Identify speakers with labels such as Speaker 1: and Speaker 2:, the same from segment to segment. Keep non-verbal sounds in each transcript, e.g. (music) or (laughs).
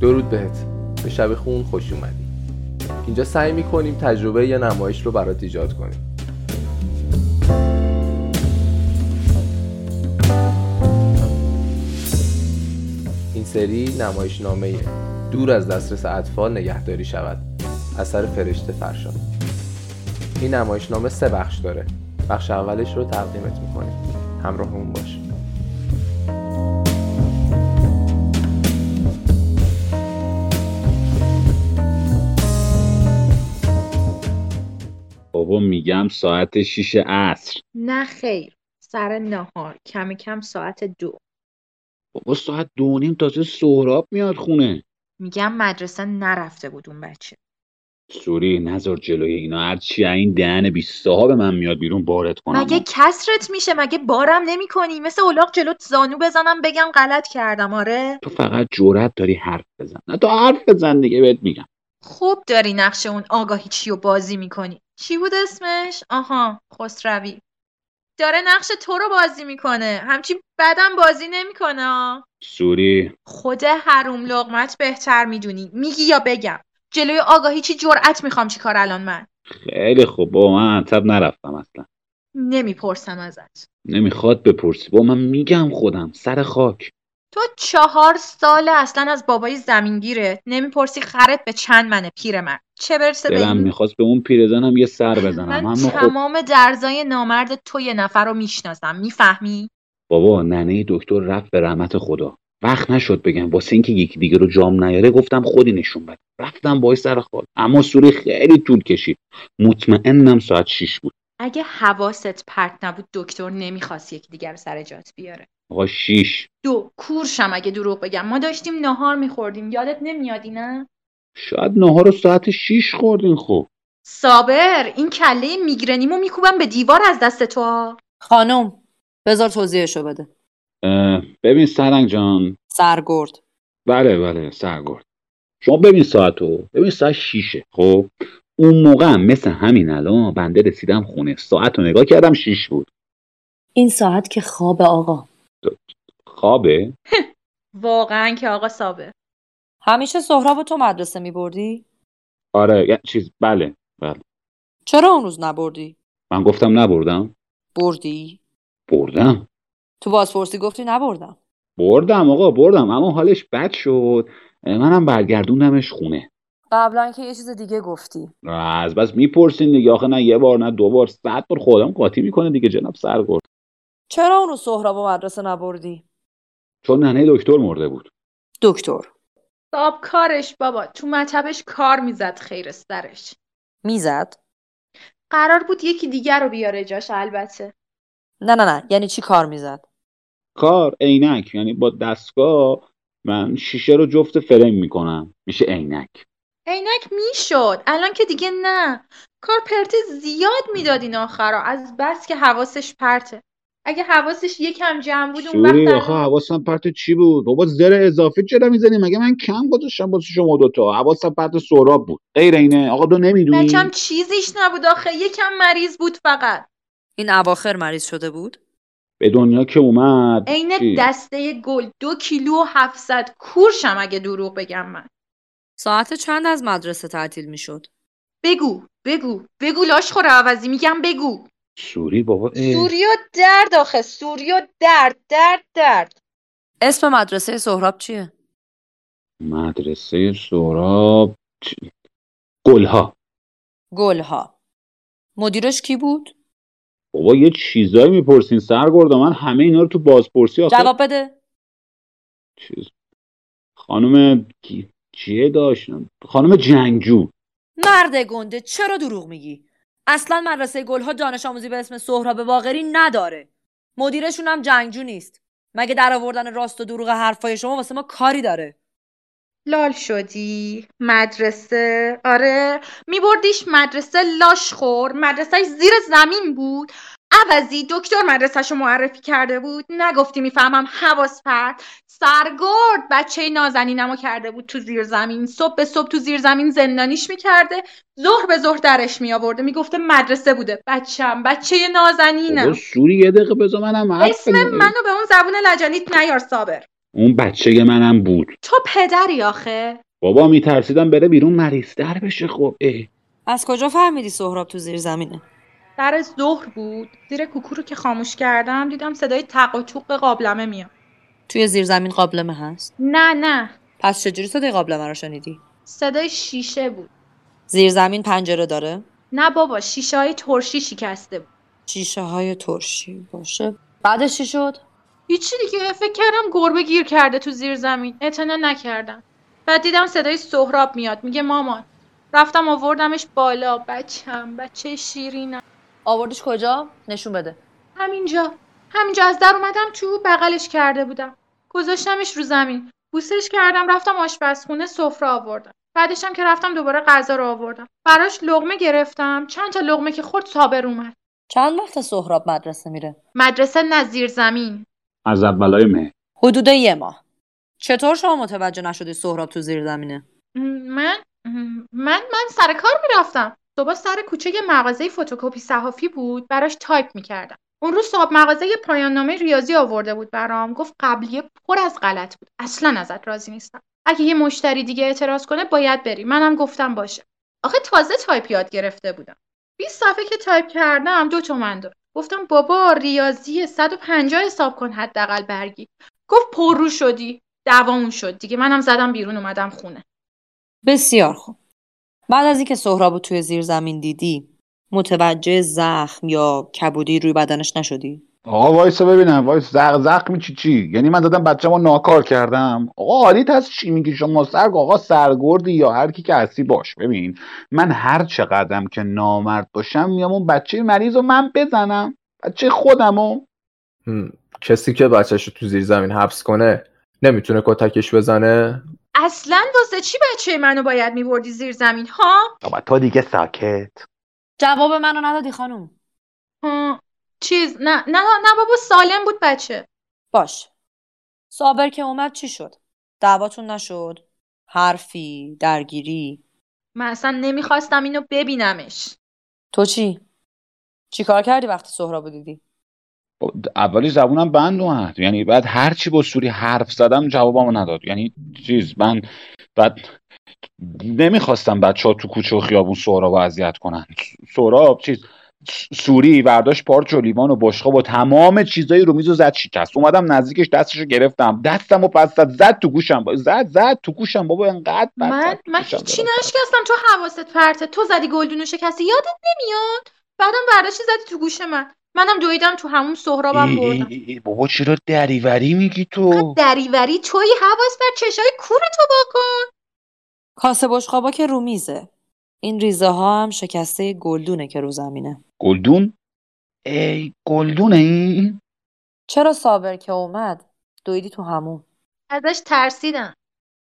Speaker 1: درود بهت به شب خون خوش اومدی اینجا سعی میکنیم تجربه یا نمایش رو برات ایجاد کنیم این سری نمایش نامه دور از دسترس اطفال نگهداری شود اثر فرشته فرشاد این نمایش نامه سه بخش داره بخش اولش رو تقدیمت میکنیم همراهمون باش
Speaker 2: بابا میگم ساعت 6 عصر
Speaker 3: نه خیر سر نهار کم کم ساعت دو
Speaker 2: بابا ساعت دو و نیم تازه سهراب میاد خونه
Speaker 3: میگم مدرسه نرفته بود اون بچه
Speaker 2: سوری نظر جلوی اینا هرچی این دهن بی صاحب من میاد بیرون بارت کنم
Speaker 3: مگه کسرت میشه مگه بارم نمیکنی مثل اولاق جلوت زانو بزنم بگم غلط کردم آره
Speaker 2: تو فقط جرأت داری حرف بزن نه تو حرف بزن دیگه بهت میگم
Speaker 3: خوب داری نقش اون آگاهی چی رو بازی میکنی چی بود اسمش آها خسروی داره نقش تو رو بازی میکنه همچین بدم بازی نمیکنه
Speaker 2: سوری
Speaker 3: خود حروم لغمت بهتر میدونی میگی یا بگم جلوی آگاهی چی جرأت میخوام چیکار الان من
Speaker 2: خیلی خوب بابا من عطب نرفتم اصلا
Speaker 3: نمیپرسم ازت
Speaker 2: نمیخواد بپرسی با من میگم خودم سر خاک
Speaker 3: تو چهار ساله اصلا از بابای زمینگیره نمیپرسی خرت به چند منه پیر من چه برسه به
Speaker 2: دلم
Speaker 3: این
Speaker 2: میخواست به اون پیرزنم یه سر بزنم
Speaker 3: من
Speaker 2: اما خب
Speaker 3: تمام درزای نامرد تو یه نفر رو میشناسم میفهمی
Speaker 2: بابا ننه دکتر رفت به رحمت خدا وقت نشد بگم واسه اینکه یکی دیگه رو جام نیاره گفتم خودی نشون بده رفتم بای سر خال اما سوری خیلی طول کشید مطمئنم ساعت 6 بود
Speaker 3: اگه حواست پرت نبود دکتر نمیخواست یکی دیگر رو سر جات بیاره
Speaker 2: آقا 6
Speaker 3: دو کورشم اگه دروغ بگم ما داشتیم نهار میخوردیم یادت نمیادی نه
Speaker 2: شاید نهار رو ساعت 6 خوردین خب
Speaker 3: صابر این کله میگرنیمو میکوبم به دیوار از دست تو ها.
Speaker 4: خانم بذار توضیحشو بده
Speaker 2: اه، ببین سرنگ جان
Speaker 4: سرگرد
Speaker 2: بله بله سرگرد شما ببین ساعتو ببین ساعت شیشه خب اون موقع هم مثل همین الان بنده رسیدم خونه ساعت رو نگاه کردم شیش بود
Speaker 4: این ساعت که خواب آقا
Speaker 2: خوابه
Speaker 3: واقعا که آقا صابر
Speaker 4: همیشه سهراب تو مدرسه می بردی؟
Speaker 2: آره یه چیز بله
Speaker 4: چرا اون روز نبردی؟
Speaker 2: من گفتم نبردم
Speaker 4: بردی؟
Speaker 2: بردم
Speaker 4: تو بازپرسی گفتی نبردم
Speaker 2: بردم آقا بردم اما حالش بد شد اه، منم برگردوندمش خونه
Speaker 4: قبلا که یه چیز دیگه گفتی
Speaker 2: از بس میپرسین دیگه آخه نه یه بار نه دو بار صد بار خودم قاطی میکنه دیگه جناب سرگرد
Speaker 4: چرا اون روز سهراب و مدرسه نبردی؟
Speaker 2: چون ننه دکتر مرده بود
Speaker 4: دکتر
Speaker 3: صاب کارش بابا تو مطبش کار میزد خیر سرش
Speaker 4: میزد؟
Speaker 3: قرار بود یکی دیگر رو بیاره جاش البته
Speaker 4: نه نه نه یعنی چی کار میزد؟
Speaker 2: کار عینک یعنی با دستگاه من شیشه رو جفت فریم میکنم میشه عینک
Speaker 3: عینک میشد الان که دیگه نه کار پرته زیاد میداد این آخرا از بس که حواسش پرته اگه حواسش یکم جمع بود اون وقت
Speaker 2: سوری آخه
Speaker 3: الان-
Speaker 2: حواسم پرت چی بود بابا زر اضافه چرا میزنی مگه من کم گذاشتم واسه شما دوتا حواسم پرت سهراب بود غیر اینه آقا تو نمیدونی
Speaker 3: بچم چیزیش نبود آخه یکم مریض بود فقط
Speaker 4: این اواخر مریض شده بود؟
Speaker 2: به دنیا که اومد
Speaker 3: عین
Speaker 2: چی
Speaker 3: دسته گل دو کیلو و 700 کورشم اگه دروغ بگم من
Speaker 4: ساعت چند از مدرسه تعطیل میشد؟
Speaker 3: بگو بگو بگو لاش خور عوضی میگم بگو
Speaker 2: سوری بابا اه.
Speaker 3: سوریو درد آخه سوریو درد درد درد
Speaker 4: اسم مدرسه سهراب چیه؟
Speaker 2: مدرسه سهراب چی؟ گلها
Speaker 4: گلها مدیرش کی بود؟
Speaker 2: بابا یه چیزایی میپرسین سرگردا من همه اینا رو تو بازپرسی آخه
Speaker 4: جواب بده
Speaker 2: چیز خانم کی- کیه داشت خانم جنگجو
Speaker 4: مرد گنده چرا دروغ میگی اصلا مدرسه گلها دانش آموزی به اسم سهراب باقری نداره مدیرشون هم جنگجو نیست مگه در آوردن راست و دروغ حرفای شما واسه ما کاری داره
Speaker 3: لال شدی مدرسه آره میبردیش مدرسه لاش خور مدرسهش زیر زمین بود عوضی دکتر مدرسهش رو معرفی کرده بود نگفتی میفهمم حواس پرت سرگرد بچه نازنینمو کرده بود تو زیر زمین صبح به صبح تو زیر زمین زندانیش میکرده ظهر به ظهر درش میآورده میگفته مدرسه بوده بچم بچه
Speaker 2: بابا
Speaker 3: نازنینم
Speaker 2: سوری یه دقیقه بذار منم حرف
Speaker 3: اسم
Speaker 2: بزنم
Speaker 3: منو به اون زبون لجنیت نیار صابر
Speaker 2: اون بچه منم بود
Speaker 3: تو پدری آخه
Speaker 2: بابا میترسیدم بره بیرون مریضتر بشه خب اه.
Speaker 4: از کجا فهمیدی سهراب تو زیر زمینه
Speaker 3: در ظهر بود زیر کوکو رو که خاموش کردم دیدم صدای تق و توق قابلمه میاد
Speaker 4: توی زیر زمین قابلمه هست
Speaker 3: نه نه
Speaker 4: پس چجوری صدای قابلمه رو شنیدی
Speaker 3: صدای شیشه بود
Speaker 4: زیر زمین پنجره داره
Speaker 3: نه بابا شیشه های ترشی شکسته بود
Speaker 4: شیشه های ترشی باشه بعدش چی شد
Speaker 3: هیچی دیگه فکر کردم گربه گیر کرده تو زیر زمین اعتنا نکردم بعد دیدم صدای سهراب میاد میگه مامان رفتم آوردمش بالا بچم بچه شیرینم
Speaker 4: آوردش کجا نشون بده
Speaker 3: همینجا همینجا از در اومدم تو بغلش کرده بودم گذاشتمش رو زمین بوسش کردم رفتم آشپزخونه سفره آوردم بعدشم که رفتم دوباره غذا رو آوردم براش لغمه گرفتم چند تا لغمه که خورد صابر اومد
Speaker 4: چند وقت سهراب مدرسه میره
Speaker 3: مدرسه نزیر زمین
Speaker 2: از اولای مه
Speaker 4: حدود یه ماه چطور شما متوجه نشدی سهراب تو زیر زمینه
Speaker 3: م، من م، من من سر کار میرفتم صبح سر کوچه یه مغازه فتوکپی صحافی بود براش تایپ میکردم اون روز صاحب مغازه یه پایان نامه ریاضی آورده بود برام گفت قبلیه پر از غلط بود اصلا ازت راضی نیستم اگه یه مشتری دیگه اعتراض کنه باید بری منم گفتم باشه آخه تازه تایپ یاد گرفته بودم 20 صفحه که تایپ کردم دو تومن داد گفتم بابا ریاضی 150 حساب کن حداقل برگی گفت پررو شدی دعوامون شد دیگه منم زدم بیرون اومدم خونه
Speaker 4: بسیار خوب بعد از اینکه سهراب رو توی زیر زمین دیدی متوجه زخم یا کبودی روی بدنش نشدی
Speaker 2: آقا وایسا ببینم وایس زق زخمی چی چی یعنی من دادم بچه‌مو ناکار کردم آقا حالیت هست چی میگی شما سرگ آقا سرگردی یا هر کی که هستی باش ببین من هر چقدرم که نامرد باشم میام اون بچه مریض رو من بزنم بچه خودمو
Speaker 1: هم. کسی که بچهش رو تو زیر زمین حبس کنه نمیتونه کتکش بزنه
Speaker 3: اصلا واسه چی بچه منو باید میبردی زیر زمین ها
Speaker 2: بابا تو دیگه ساکت
Speaker 4: جواب منو ندادی خانم
Speaker 3: ها. چیز نه نه نه بابا سالم بود بچه
Speaker 4: باش صابر که اومد چی شد دعواتون نشد حرفی درگیری
Speaker 3: من اصلا نمیخواستم اینو ببینمش
Speaker 4: تو چی چیکار کردی وقتی سهراب رو دیدی
Speaker 2: با- اولی زبونم بند اومد یعنی بعد هر چی با سوری حرف زدم جوابمو نداد یعنی چیز من بعد نمیخواستم بچه ها تو کوچه و خیابون سهراب رو اذیت کنن س- سهراب چیز س- سوری برداشت پارچ و لیوان و بشقاب و تمام چیزایی رو میز و زد شکست اومدم نزدیکش دستش رو گرفتم دستم و پس زد زد تو گوشم با- زد زد تو گوشم بابا انقدر بد زد
Speaker 3: من
Speaker 2: تو
Speaker 3: من
Speaker 2: گوشم
Speaker 3: هیچی
Speaker 2: دادم.
Speaker 3: نشکستم تو حواست پرته تو زدی گلدون و شکستی یادت نمیاد بعدم برداشتی زدی تو گوش من منم دویدم تو همون سهرابم
Speaker 2: ای- ای-
Speaker 3: بردم
Speaker 2: ای- ای، بابا چرا دریوری میگی تو
Speaker 3: دریوری توی حواس بر چشای کور تو واکن
Speaker 4: کاسه بشقابا که رو میزه این ریزه ها هم شکسته گلدونه که رو زمینه
Speaker 2: گلدون ای گلدونه این
Speaker 4: چرا صابر که اومد دویدی تو همون
Speaker 3: ازش ترسیدم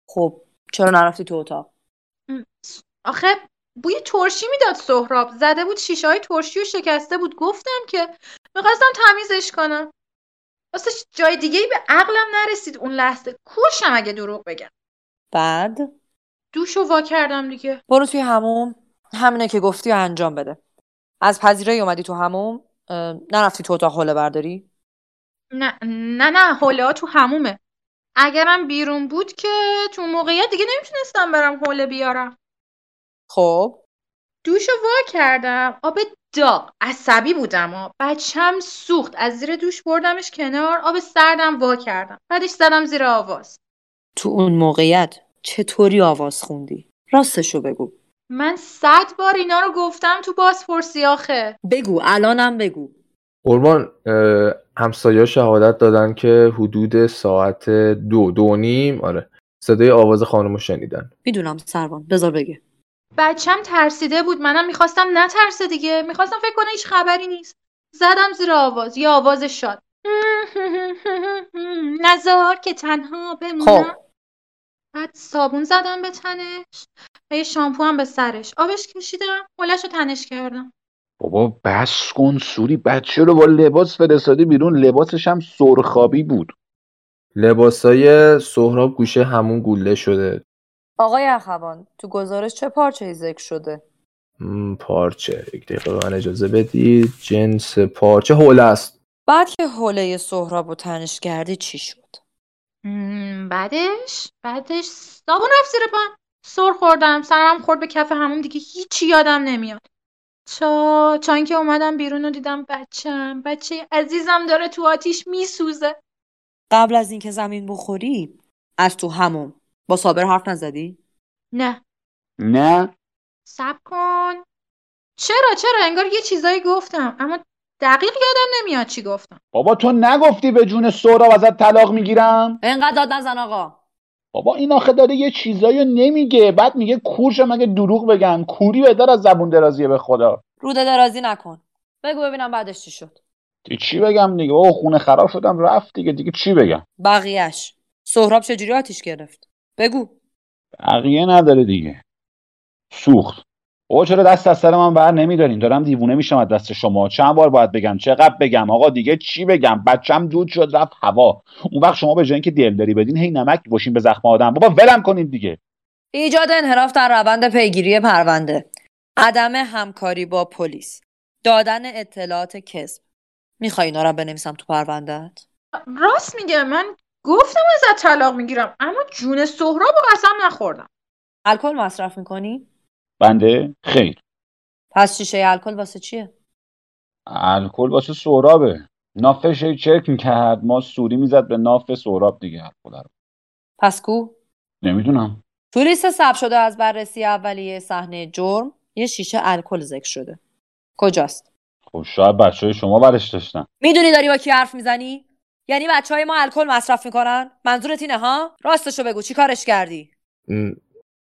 Speaker 4: خب چرا نرفتی تو اتاق
Speaker 3: م، س- آخه بوی ترشی میداد سهراب زده بود شیشه های ترشی و شکسته بود گفتم که میخواستم تمیزش کنم واسه جای دیگه به عقلم نرسید اون لحظه کشم اگه دروغ بگم
Speaker 4: بعد
Speaker 3: دوش رو وا کردم دیگه
Speaker 4: برو توی هموم همینه که گفتی و انجام بده از پذیرایی اومدی تو هموم اه، نرفتی تو اتاق حوله برداری
Speaker 3: نه نه نه حوله ها تو همومه اگرم بیرون بود که تو اون موقعیت دیگه نمیتونستم برم حوله بیارم
Speaker 4: خب
Speaker 3: دوش رو وا کردم آب داغ عصبی بودم و بچم سوخت از زیر دوش بردمش کنار آب سردم وا کردم بعدش زدم زیر آواز
Speaker 4: تو اون موقعیت چطوری آواز خوندی راستشو بگو
Speaker 3: من صد بار اینا رو گفتم تو بازپرسی آخه
Speaker 4: بگو الانم بگو
Speaker 1: قربان اه، همسایه‌ها شهادت دادن که حدود ساعت دو دو و نیم آره صدای آواز خانم رو شنیدن
Speaker 4: میدونم سروان بذار بگه
Speaker 3: بچم ترسیده بود منم میخواستم نترسه دیگه میخواستم فکر کنه هیچ خبری نیست زدم زیر آواز یا آواز شاد (laughs) نزار که تنها
Speaker 4: خب
Speaker 3: بمونم بعد صابون زدم به تنش و یه شامپو هم به سرش آبش کشیدم ملش رو تنش کردم
Speaker 2: بابا بس کن سوری بچه رو با لباس فرستادی بیرون لباسش هم سرخابی بود
Speaker 1: لباسای سهراب گوشه همون گوله شده
Speaker 4: آقای اخوان تو گزارش چه پارچه‌ای ذکر شده
Speaker 1: م، پارچه یک دقیقه به من اجازه بدید جنس پارچه حوله است
Speaker 4: بعد که حوله سهراب و تنش کردی چی شد
Speaker 3: مم، بعدش بعدش صابون رفت زیر پن سر خوردم سرم خورد به کف همون دیگه هیچی یادم نمیاد چا چا اینکه اومدم بیرون و دیدم بچم بچه عزیزم داره تو آتیش میسوزه
Speaker 4: قبل از اینکه زمین بخوری از تو همون با صابر حرف نزدی
Speaker 3: نه
Speaker 2: نه
Speaker 3: سب کن چرا چرا انگار یه چیزایی گفتم اما دقیق یادم نمیاد چی گفتم
Speaker 2: بابا تو نگفتی به جون سهراب ازت طلاق میگیرم
Speaker 4: انقدر داد نزن آقا
Speaker 2: بابا این آخه داره یه چیزایی رو نمیگه بعد میگه کورش مگه دروغ بگم کوری بهتر از زبون درازیه به خدا
Speaker 4: روده درازی نکن بگو ببینم بعدش چی شد
Speaker 2: دیگه چی بگم دیگه او خونه خراب شدم رفت دیگه دیگه چی بگم
Speaker 4: بقیهش سهراب چجوری آتیش گرفت بگو
Speaker 2: بقیه نداره دیگه سوخت او چرا دست از سر من بر نمیدارین دارم دیوونه میشم از دست شما چند بار باید بگم چقدر بگم آقا دیگه چی بگم بچم دود شد رفت هوا اون وقت شما به جای اینکه دلداری بدین هی نمک باشین به زخم آدم بابا ولم کنین دیگه
Speaker 4: ایجاد انحراف در روند پیگیری پرونده عدم همکاری با پلیس دادن اطلاعات کذب میخوای اینا رو بنویسم تو پروندهت
Speaker 3: راست میگه من گفتم ازت طلاق میگیرم اما جون سهراب رو قسم نخوردم
Speaker 4: الکل مصرف میکنی
Speaker 2: بنده خیر
Speaker 4: پس شیشه الکل واسه چیه
Speaker 2: الکل واسه سهرابه نافش هی چک میکرد ما سوری میزد به ناف سهراب دیگه الکل رو
Speaker 4: پس کو
Speaker 2: نمیدونم
Speaker 4: تو لیست ثبت شده از بررسی اولیه صحنه جرم یه شیشه الکل ذکر شده کجاست
Speaker 2: خب شاید بچه های شما برش داشتن
Speaker 4: میدونی داری با کی حرف میزنی یعنی بچه های ما الکل مصرف میکنن منظورت اینه ها راستشو بگو چی کارش کردی
Speaker 1: م،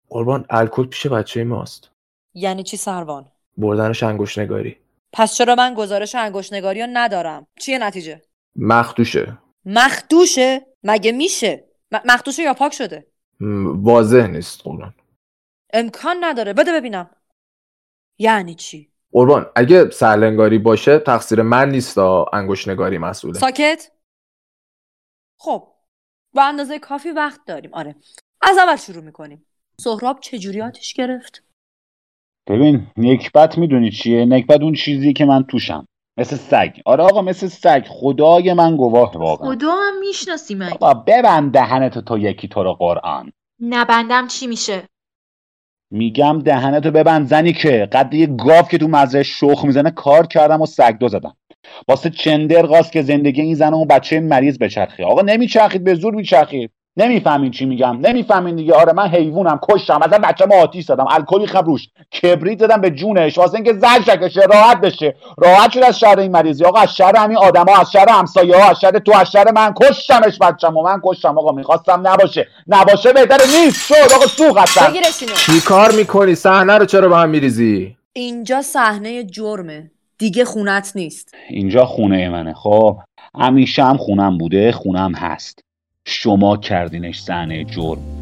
Speaker 1: قربان الکل پیش بچه ماست
Speaker 4: یعنی چی سروان
Speaker 1: بردنش انگوش نگاری
Speaker 4: پس چرا من گزارش انگشتنگاری رو ندارم چیه نتیجه
Speaker 1: مخدوشه
Speaker 4: مخدوشه مگه میشه م- مخدوشه یا پاک شده
Speaker 1: م، واضح نیست قربان
Speaker 4: امکان نداره بده ببینم یعنی چی
Speaker 1: قربان اگه سرلنگاری باشه تقصیر من نیست انگوش نگاری مسئوله
Speaker 4: ساکت خب با اندازه کافی وقت داریم آره از اول شروع میکنیم سهراب چجوری آتیش گرفت
Speaker 2: ببین نکبت میدونی چیه نکبت اون چیزی که من توشم مثل سگ آره آقا مثل سگ خدای من گواه واقعا
Speaker 3: خدا هم میشناسی من
Speaker 2: آقا ببند دهنتو تا یکی تو رو قرآن
Speaker 3: نبندم چی میشه
Speaker 2: میگم دهنتو ببند زنی که قد یه گاو که تو مزرعه شخ میزنه کار کردم و سگدو زدم واسه چندر قاست که زندگی این زن و اون بچه مریض بچرخه آقا نمیچرخید به زور میچرخید نمیفهمین چی میگم نمیفهمین دیگه آره من حیوانم کشتم از بچه‌م آتیش زدم الکلی خب روش کبریت دادم به جونش واسه اینکه زن شکشه راحت بشه راحت شد از شر این مریضی آقا از شر همین آدما از شر همسایه ها از شر تو از شر من کشتمش بچه‌مو من کشتم آقا میخواستم نباشه نباشه بهتره نیست شد آقا سوخ هستم
Speaker 4: بگیرش اینو
Speaker 1: چی کار میکنی صحنه رو چرا به هم میریزی
Speaker 4: اینجا صحنه جرمه دیگه خونت نیست
Speaker 2: اینجا خونه منه خب همیشه هم خونم بوده خونم هست شما کردینش صحنه جرم